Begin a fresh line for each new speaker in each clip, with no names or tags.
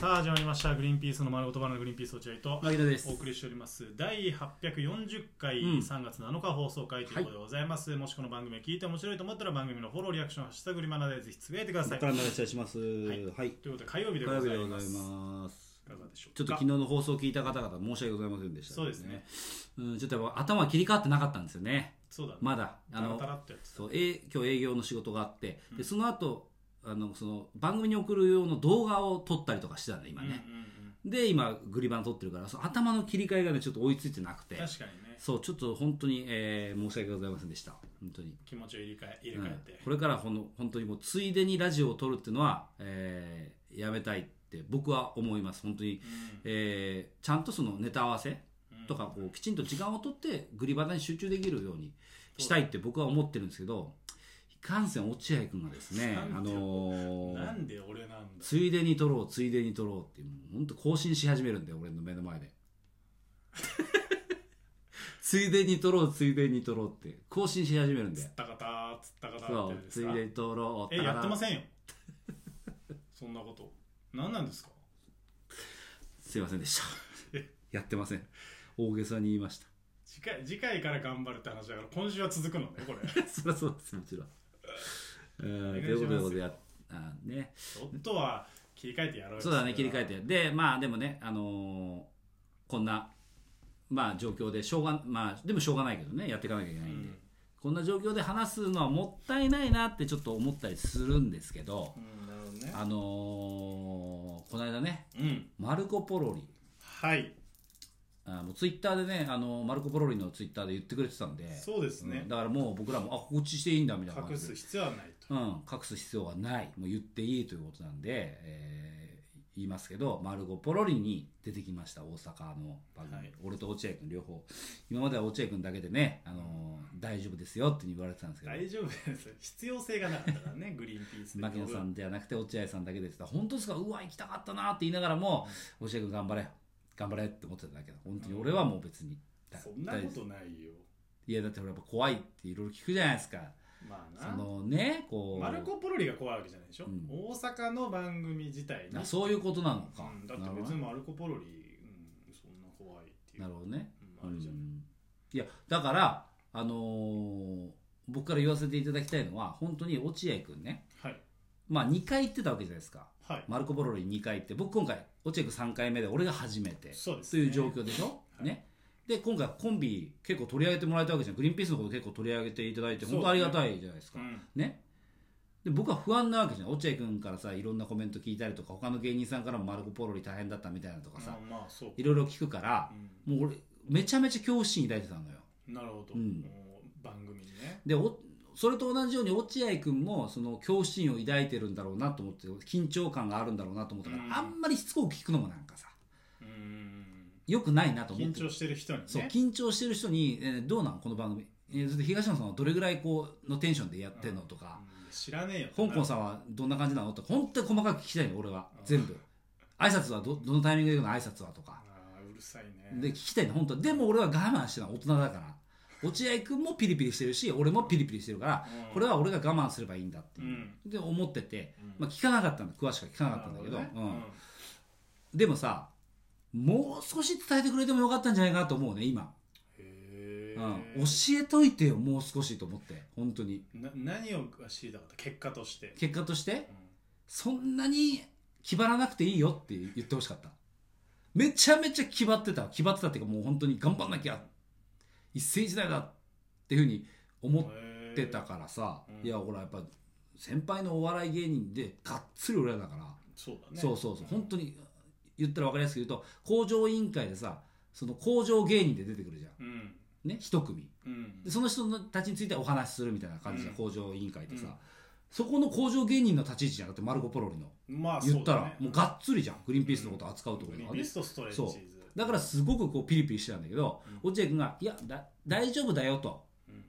さあ始まりました「グリーンピースの丸ごとバナナグリーンピース落合」と
牧野です
お送りしております第840回
うん
3月7日放送回ということでございます、もしこの番組を聞いて面白いと思ったら番組のフォローリアクション「ハッシュタグリマナ」でぜひつぶやいてください
から
と
お
いう
願いします。
い
はい。
ことで火曜日
火
でご
曜日
ざ
で
い
ござ
ま
い
す
ます。
いかがでしょうか
ちょっと昨日の放送を聞いた方々申し訳ございませんでした、
そうですね。
うん、ちょっとやっぱ頭切り替わってなかったんですよね。
そうだね、
まだ。あの
タラタラっとやってた
そうえ今日営業の仕事があって、
うん
でその後あのその番組に送る用の動画を撮ったりとかしてたんで今ね、
うんうんうん
で今グリバン撮ってるからその頭の切り替えがねちょっと追いついてなくて
確かにね
そうちょっと本当に、えー申し訳ございませんでした本当に
気持ちを入れ替え入れ替えて、
うんこれからほの本当にもうついでにラジオを撮るっていうのは、えーやめたいって僕は思います本当に、えーちゃんとそのネタ合わせ
うんうん
とかこうきちんと時間を取ってグリバナに集中できるようにしたいって僕は思ってるんですけどいかんせん落合君がですね
なん
あ
で
のー
なんで俺なんだ
ついでに撮ろうついでに撮ろうっていうもう本当更新し始めるんだよ俺の目の 前でついでに撮ろうついでに撮ろうって更新し始めるんだ
つ
よ
ったかたつったかたっ
そ
て
う
やつ
ついでに撮ろう
えやってま
ん
せんよそんなこと何なんですか
すいませんでしたやってません大げさに言いました
次回次回から頑張るって話だから今週は続くのねこれ
そりゃそうですもちろんうん
お願いします
ということでやあね
ちょっとは切り替えてやろうよ
そうだね切り替え
て
てでまあでもねあのーこんなまあ状況でしょうがまあでもしょうがないけどねやっていかなきゃいけないんで、こんな状況で話すのはもったいないなってちょっと思ったりするんですけど
う、んなるほどね
あのーこの間ね、
うん
マルコ・ポロリ、
はい
あもうツイッターでね、あのーマルコ・ポロリのツイッターで言ってくれてたんで、
そうですね
んだからもう僕らも、あ、告知していいんだみたいな感
隠。
じです
必要はないと
うん、隠す必要はない。もう言っていいということなんで、えー言いますけど、マルコ・ポロリに出てきました、大阪の番組。
はい
俺と落合君両方。今までは落合君だけでね、あのー大丈夫ですよって言われてたんですけど。
大丈夫です必要性がなかったから ねグリーンピースで
牧野さんではなくて落合さんだけでって言ったら本当ですかうわ行きたかったなって言いながらも落合君頑張れ頑張れって思ってたんだけど本当に俺はもう別にだ
そんなことないよ
いやだってほらやっぱ怖いっていろいろ聞くじゃないですか
まあ
そ
な
のねこう
マルコ・ポロリが怖いわけじゃないでしょ、
うん
大阪の番組自体に
あそういうことなのか、
うん、だって別にマルコ・ポロリ、うん、そんな怖いっていう
なるほどね
うん、あるじゃ
う
ない、
んいやだからあのー僕から言わせていただきたいのは本当に落合君ね
はい
まあ2回行ってたわけじゃないですか
はい
マルコ・ポロリ2回行って僕今回落合君3回目で俺が初めて
そうです
と
ね、
いう状況でしょ、
はい
ね、で今回コンビ結構取り上げてもらえたわけじゃんグリーンピースのこと結構取り上げていただいて
そうですね
本当ありがたいじゃないです
う
か、
ん、
ねで僕は不安なわけじゃん落合君からさいろんなコメント聞いたりとか他の芸人さんからもマルコ・ポロリ大変だったみたいなとかさ、
まあまあそう
いろいろ聞くから
う
もう俺めちゃめちゃ恐怖心抱いてたのよ
ん、なるほど、
うん
もう番組にね
でおそれと同じように落合君もその恐怖心を抱いてるんだろうなと思って緊張感があるんだろうなと思ったから、
うん
あんまりしつこく聞くのもなんかさ
うん
よくないなと思っ
緊
て
張してる人にね
そう緊張してる人に、えーどうなんこの番組、えーそれで東野さんはどれぐらいこうのテンションでやってんのとか、
うん知らねえよ
香港
ん
さんはどんな感じなのとか本当に細かく聞きたいの俺は全部挨拶はどどのタイミングで行くの挨拶はとか
あーうるさいね
で聞きたいの本当でも俺は我慢してるの大人だから落合君もピリピリしてるし俺もピリピリしてるから
うん
これは俺が我慢すればいいんだっていううんで思ってて、
うん
まあ、聞かなかったんだ詳しくは聞かなかったんだけど
なるほ
う
ね
んでもさもう少し伝えてくれてもよかったんじゃないかなと思うね今。
へえ、
うん、教えといてよもう少しと思って本当に
な何を知りたかった結果として、
結果として
うん
そんなに気張らなくていいよって言ってほしかっためちゃめちゃ気張ってた気張ってたっていうかもう本当に頑張んなきゃ一世一代だっていうふうに思ってた
へえ
からさ、
へーうん
いやほらやっぱ先輩のお笑い芸人でがっつり俺らだから、
そうだね
そうそうそう本当
に
に言ったら分かりやすく言うと工場委員会でさその工場芸人で出てくるじゃん
うん
ね一組、
うん
でその人たちについてお話しするみたいな感じで、
うん
工場委員会ってさ、
うん
そこの工場芸人の立ち位置じゃなくてマルコ・ポロリの
まあ
言ったら
そうだね
もうがっつりじゃんグリーンピースのこと扱うってことだから
リ
ね
ストストレッチーズ
だからすごくこうピリピリしてたんだけど、
うん
落合君が「いやだ大丈夫だよ」と
うん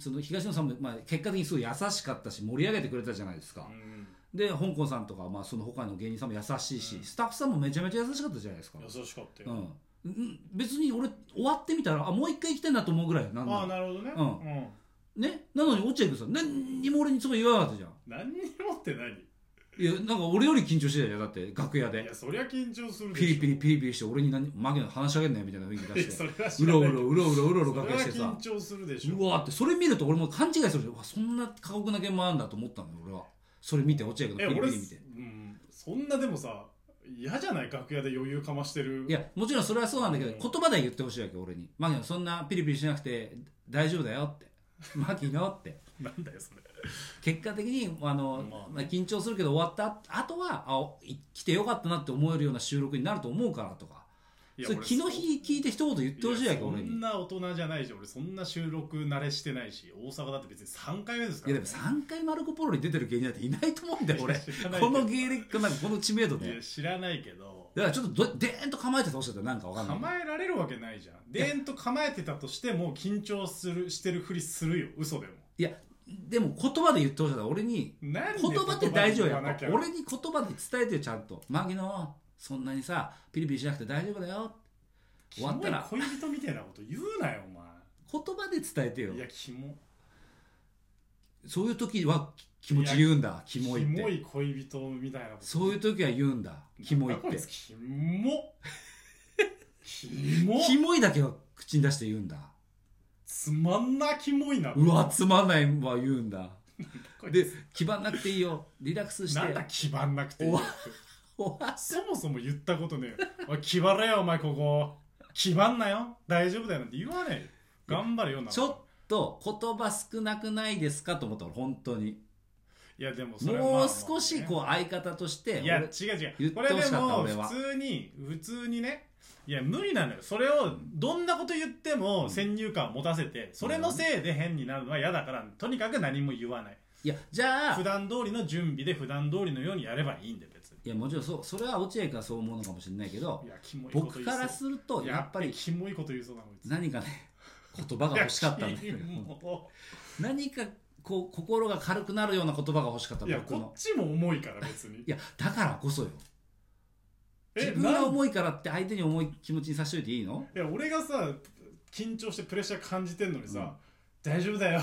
その東野さんも、まあ、結果的にすごい優しかったし盛り上げてくれたじゃないですか、
う
で香港さんとか、まあ、その他の芸人さんも優しいし、
うん
スタッフさんもめちゃめちゃ優しかったじゃないですか
ん、優しかったよ、
うんうん別に俺終わってみたらあもう一回行きたいなと思うぐらいなん
あ
だ
あなるほどね、
うんね、なのに落合君さ何にも俺にそこ言わなかったじゃん
何にもって何
いやなんか俺より緊張してたじゃんだって楽屋
い
で
やそりゃ緊張するでしょ
ピリピリピリピリして俺に何マギの話し上げんなよみたいな雰囲気出
い
し
や
て
それは知
う
らな
ろ
いうけ
ろ
ど
うろうろうろうろ
そ
楽
れ
屋
は
して
緊
さ
張するでしょ
うわーってそれ見ると俺も勘違いするじゃんうわそんな過酷な現場なんだと思ったんだよ俺はそれ見て落合君
え
のピリ
俺、
ピ
う
リ見て
ん、そんなでもさ嫌じゃない楽屋で余裕かましてる
いやもちろんそれはそうなんだけど
うん
言葉で言ってほしいわけ俺にマギのそんなピリピリしなくて大丈夫だよってマギのって
なんだよそれ
結果的にあの、
まあね
まあ緊張するけど終わった後はあおい来てよかったなって思えるような収録になると思うからとか
いや
それ
俺
気の日聞いて一言言ってほしいやん
や
け
そ
俺にい
んな大人じゃないし俺そんな収録慣れしてないし大阪だって別に3回目ですか
や
ら、
でも3回マルコ・ポロリ出てる芸人なんていないと思うんだよ俺
いや知らないけ
こ
ど
の芸歴かなんかこの知名度
いや
で
知らないけど
だからちょっとどでーんと構えててほしいんだよなんかわかんない
構えられるわけないじゃんでーんと構えてたとしても緊張するしてるふりするよ嘘でも
いやでも言葉で言ってほしいんだ俺に
なんで
言葉って大丈夫や
言葉で言わ
っぱ
なきゃ
俺に言葉で伝えてよちゃんとマギのそんなにさピリピリしなくて大丈夫だよ
キ
終わ
モ
った
い
ら
恋人みたいなこと言うなよお
言葉で伝えてよ
前いやキモ
そういう時は気持ち言うんだ、キモいっ
キモ
て。
い恋人みたいなこと
そういう時は言うんだ、キモいっ
なんだこ
て
つ。キ モキモ
キモいだけは口に出して言うんだ。
つまんなキモいな
うわ、つまんないは言うんだ。
こいつ
で、気張んなくていいよ。リラックスして。
なんだ気張んなくていい
お
よ
わおわ
そもそも言ったことねえよおい気張れよお前ここ気張んなよ大丈夫だよなんて言わねえよ頑張れよな
ちょっと言葉少なくないですかと思ったの、本当に。
いやでもそれはまあまあ
もう
ね
少しこう相方として、
いや違
俺
う違
言
う
って
こ
ほし
れ
かっ
で
た
も
俺は
普通に普通にねいや無理なのよそれをどんなこと言っても先入観を持たせてそれのせいで変になるのは嫌だからとにかく何も言わない
いや、じゃあ
普、段通りの準備で普段通りのようにやればいいんで別に
いや、もちろんそう、それは落合からそう思うのかもしれないけど
い、やキモいこと言
僕
い
から
そ
すると、
う
やっぱ
い
り
キモいこと言いそうなの
何かね、言葉が欲しかったんだよ。何かこう心が軽くなるような言葉が欲しかった
いや
僕
こ
の
っちも重いから別に
いやだからこそよ自
え
分
な
が
ん
重いからって相手に重い気持ちにさせといていいの
いや俺がさ緊張してプレッシャー感じてんのにさ、
うん
大丈夫だよ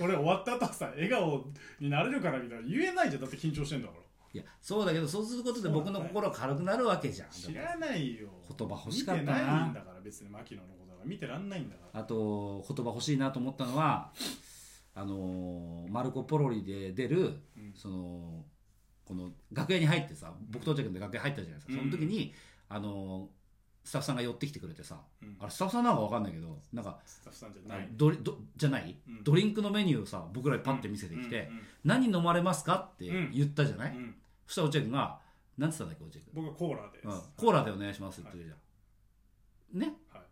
俺終わった後はさ笑顔になれるからみたいな言えないじゃんだって緊張してんだから
いやそうだけどそうすることで僕の心が軽くなるわけじゃん
知らないよ
言葉欲しかった
見てない
なん
だから別に牧野のことだから見てらんないんだから
あと言葉欲しいなと思ったのはあのーマルコ・ポロリで出る
うん
そのこの楽屋に入ってさ僕と落合君で楽屋入ったじゃないですかその時に、あのースタッフさんが寄ってきてくれてさ
うん
あれスタッフさんなのか分かんないけどなんか
スタッフさんじゃない、
ドリドじゃない、
うん
ドリンクのメニューをさ僕らにパッて見せてきて、何飲まれますかって
うん
言ったじゃな
うん
い、
うんうん
そしたら落合君が何て言ったんだっけ落合君、
僕はコーラです、
うん、コーラでお願いしますって言うじゃん、ね
はい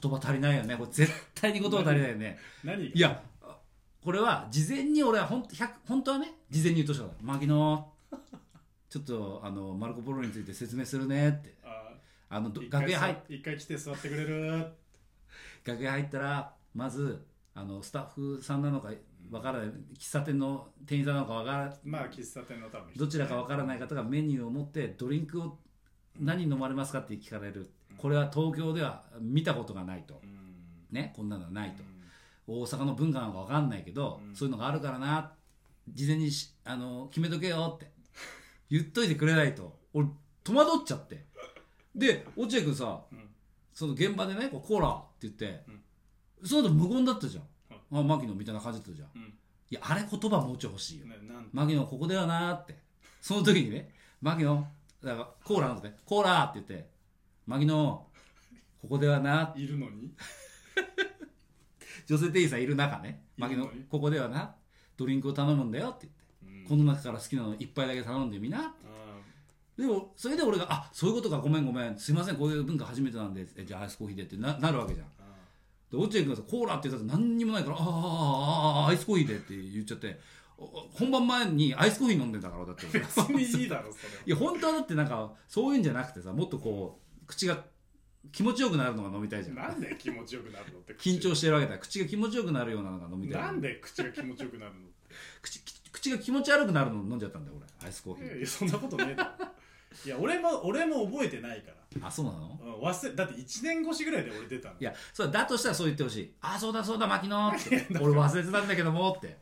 言葉足りないよねこれ絶対に言葉足りないよね
何が
いやあこれは事前に俺は本当本当はね事前に言うとしたから「牧野ちょっとあのマルコ・ポロリについて説明するね」って
あ
あのど
一回
楽屋入っ
さ一回来て座ってくれる
楽屋入ったらまずあのスタッフさんなのかわからない喫茶店の店員さんなのかわから
まあ喫茶店の多分
どちらかわからない方がメニューを持ってドリンクを何飲まれますかって聞かれるこれは東京では見たことがないと
うん
ねこんなのはないと
うん
大阪の文化なのかわかんないけど
うん
そういうのがあるからな事前にしあの決めとけよって言っといてくれないと俺戸惑っちゃってで落合君さ
うん
その現場でね、こうコーラって言って、
うん
その後無言だったじゃん。あ、牧野みたいな感じだったじゃん。
うん
いや、あれ言葉もうちょい欲しいよ。
ななん
牧野、ここだよなーって。その時にね、牧野、だからコーラなんですね、コーラーって言って、牧野、ここではなーって、
いるのに
女性店員さんいる中ね、
いるの
牧
に
野、ここではな、ドリンクを頼むんだよって言って、
うん
この中から好きなの一杯だけ頼んでみな。
あ
でも、それで俺が、あ、そういうことか、ごめんごめん、すいません、こういう文化初めてなんで、えじゃあアイスコーヒーでってななるわけじゃん。
ーあ
で落合君がさコーラって言ったら何にもないから「あーあーあーあーアイスコーヒーで」って言っちゃっておお本番前にアイスコーヒー飲んでんだからだって俺い
ー別にいいだろそれは
や本当はだってなんかそういうんじゃなくてさもっとこう口が気持ちよくなるのが飲みたいじゃん
なんで気持ちよくなるのって
緊張してるわけだから口が気持ちよくなるようなのが飲みたい
なんで口が気持ちよくなるの
口口口が気持ち悪くなるの飲んじゃったんだよ俺アイスコーヒ
いや
ー
いやそんなことねえだろいや俺も俺も覚えてないから、
あそうなの
うん、忘れだって1年越しぐらいで俺出たの
い やそれだとしたらそう言ってほしい「あそうだそうだ牧野」って「俺忘れてたんだけども」って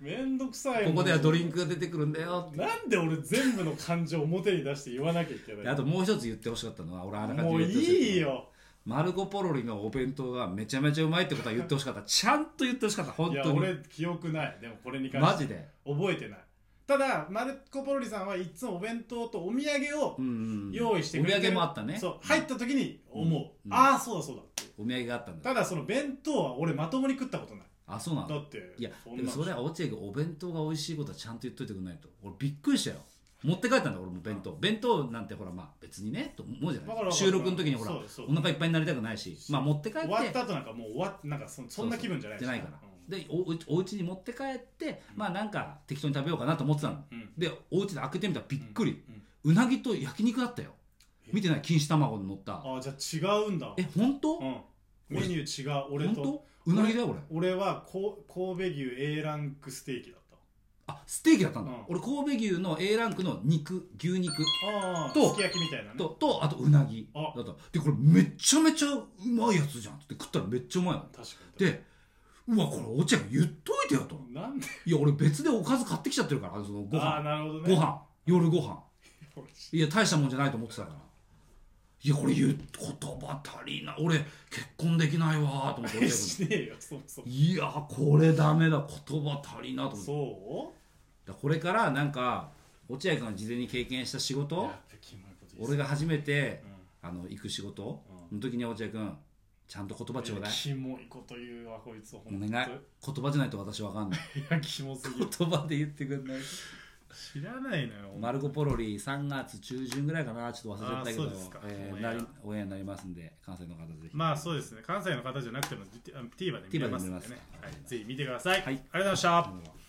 めんどくさいも
こ
ん
こではドリンクが出てくるんだよって
なんで俺全部の感情表に出して言わなきゃいけない
あともう一つ言ってほしかったのは俺あらかじめ
もう
言ってほしかった
いいよ
マルコポロリのお弁当がめちゃめちゃうまいってことは言ってほしかったちゃんと言ってほしかった本
いや
当に
俺記憶ないでもこれに関
マ
して
ジで
覚えてないただマルコ・ポロリさんはいつもお弁当とお土産を
うんうん
用意してくれて
お土産もあったね
そう入った時に思う、
うん
ああそうだそうだって
お土産があったんだ
ただその弁当は俺まともに食ったことない
あそうな
だ
の
って
いや
ん
で
な
もそれは落合君お弁当が美味しいことはちゃんと言っといてくれないと俺びっくりしたよ持って帰ったんだ俺も弁当弁当なんてほらまあ別にねと思うじゃ
わか
ない
るわかる
収録の時にほら
そうそう
お腹いっぱいになりたくないしまあ持って帰って
終わった後なんかもう終わってなんかそそんな気分じゃない
じゃないから、
う
でおうお家に持って帰ってまあなんか適当に食べようかなと思ってたの
んうん
でお家で開けてみたらびっくり、
うんうん
うなぎと焼肉だったよ
え
見てない錦糸卵に乗った
ああじゃあ違うんだ
え本当、
うんメニュー違う俺と
本当うなぎだよ俺
俺はこ神戸牛 A ランクステーキだった
あステーキだったんだ、
うん
俺神戸牛の A ランクの肉牛肉
ああ
と
すき焼きみたいなね
ととあとうなぎ
あ
だったでこれめちゃめちゃうまいやつじゃんって食ったらめっちゃうまいの
確かに
でうわこれお茶言っといてよと
なんで
いや俺別でおかず買ってきちゃってるからあのそのご
ああ
飯
なるほどね
ご 飯夜ご飯
俺
いや大したもんじゃないと思ってたからいやこれ言う言葉足りない俺結婚できないわーと思って落合君
しねえよそもそも
いやーこれダメだ言葉足りなと思って
そ
だからこれからなんか落合君が事前に経験した仕
う
事
やっぱキモいこと言いそう
俺が初めて
うん
あの行く仕事
うん
の時に落合君ちゃんと言葉ちょうだい
キモいこと言うわこいつお
お願い言葉じゃないと私わかんない
いやキモすぎる
言葉で言ってくんない
知らないの よ
マルコ・ポロリ3月中旬ぐらいかなちょっと忘れちゃったけ
あー
ど
そうですか
え
オン
ー、
エア
なりオンエアになりますんで関西の方ぜひ
まあそうですね関西の方じゃなくても T- あ TVer で見れますんでね
TVer で見れます
はいぜひ見てください、
はい
ありがとうございました
うん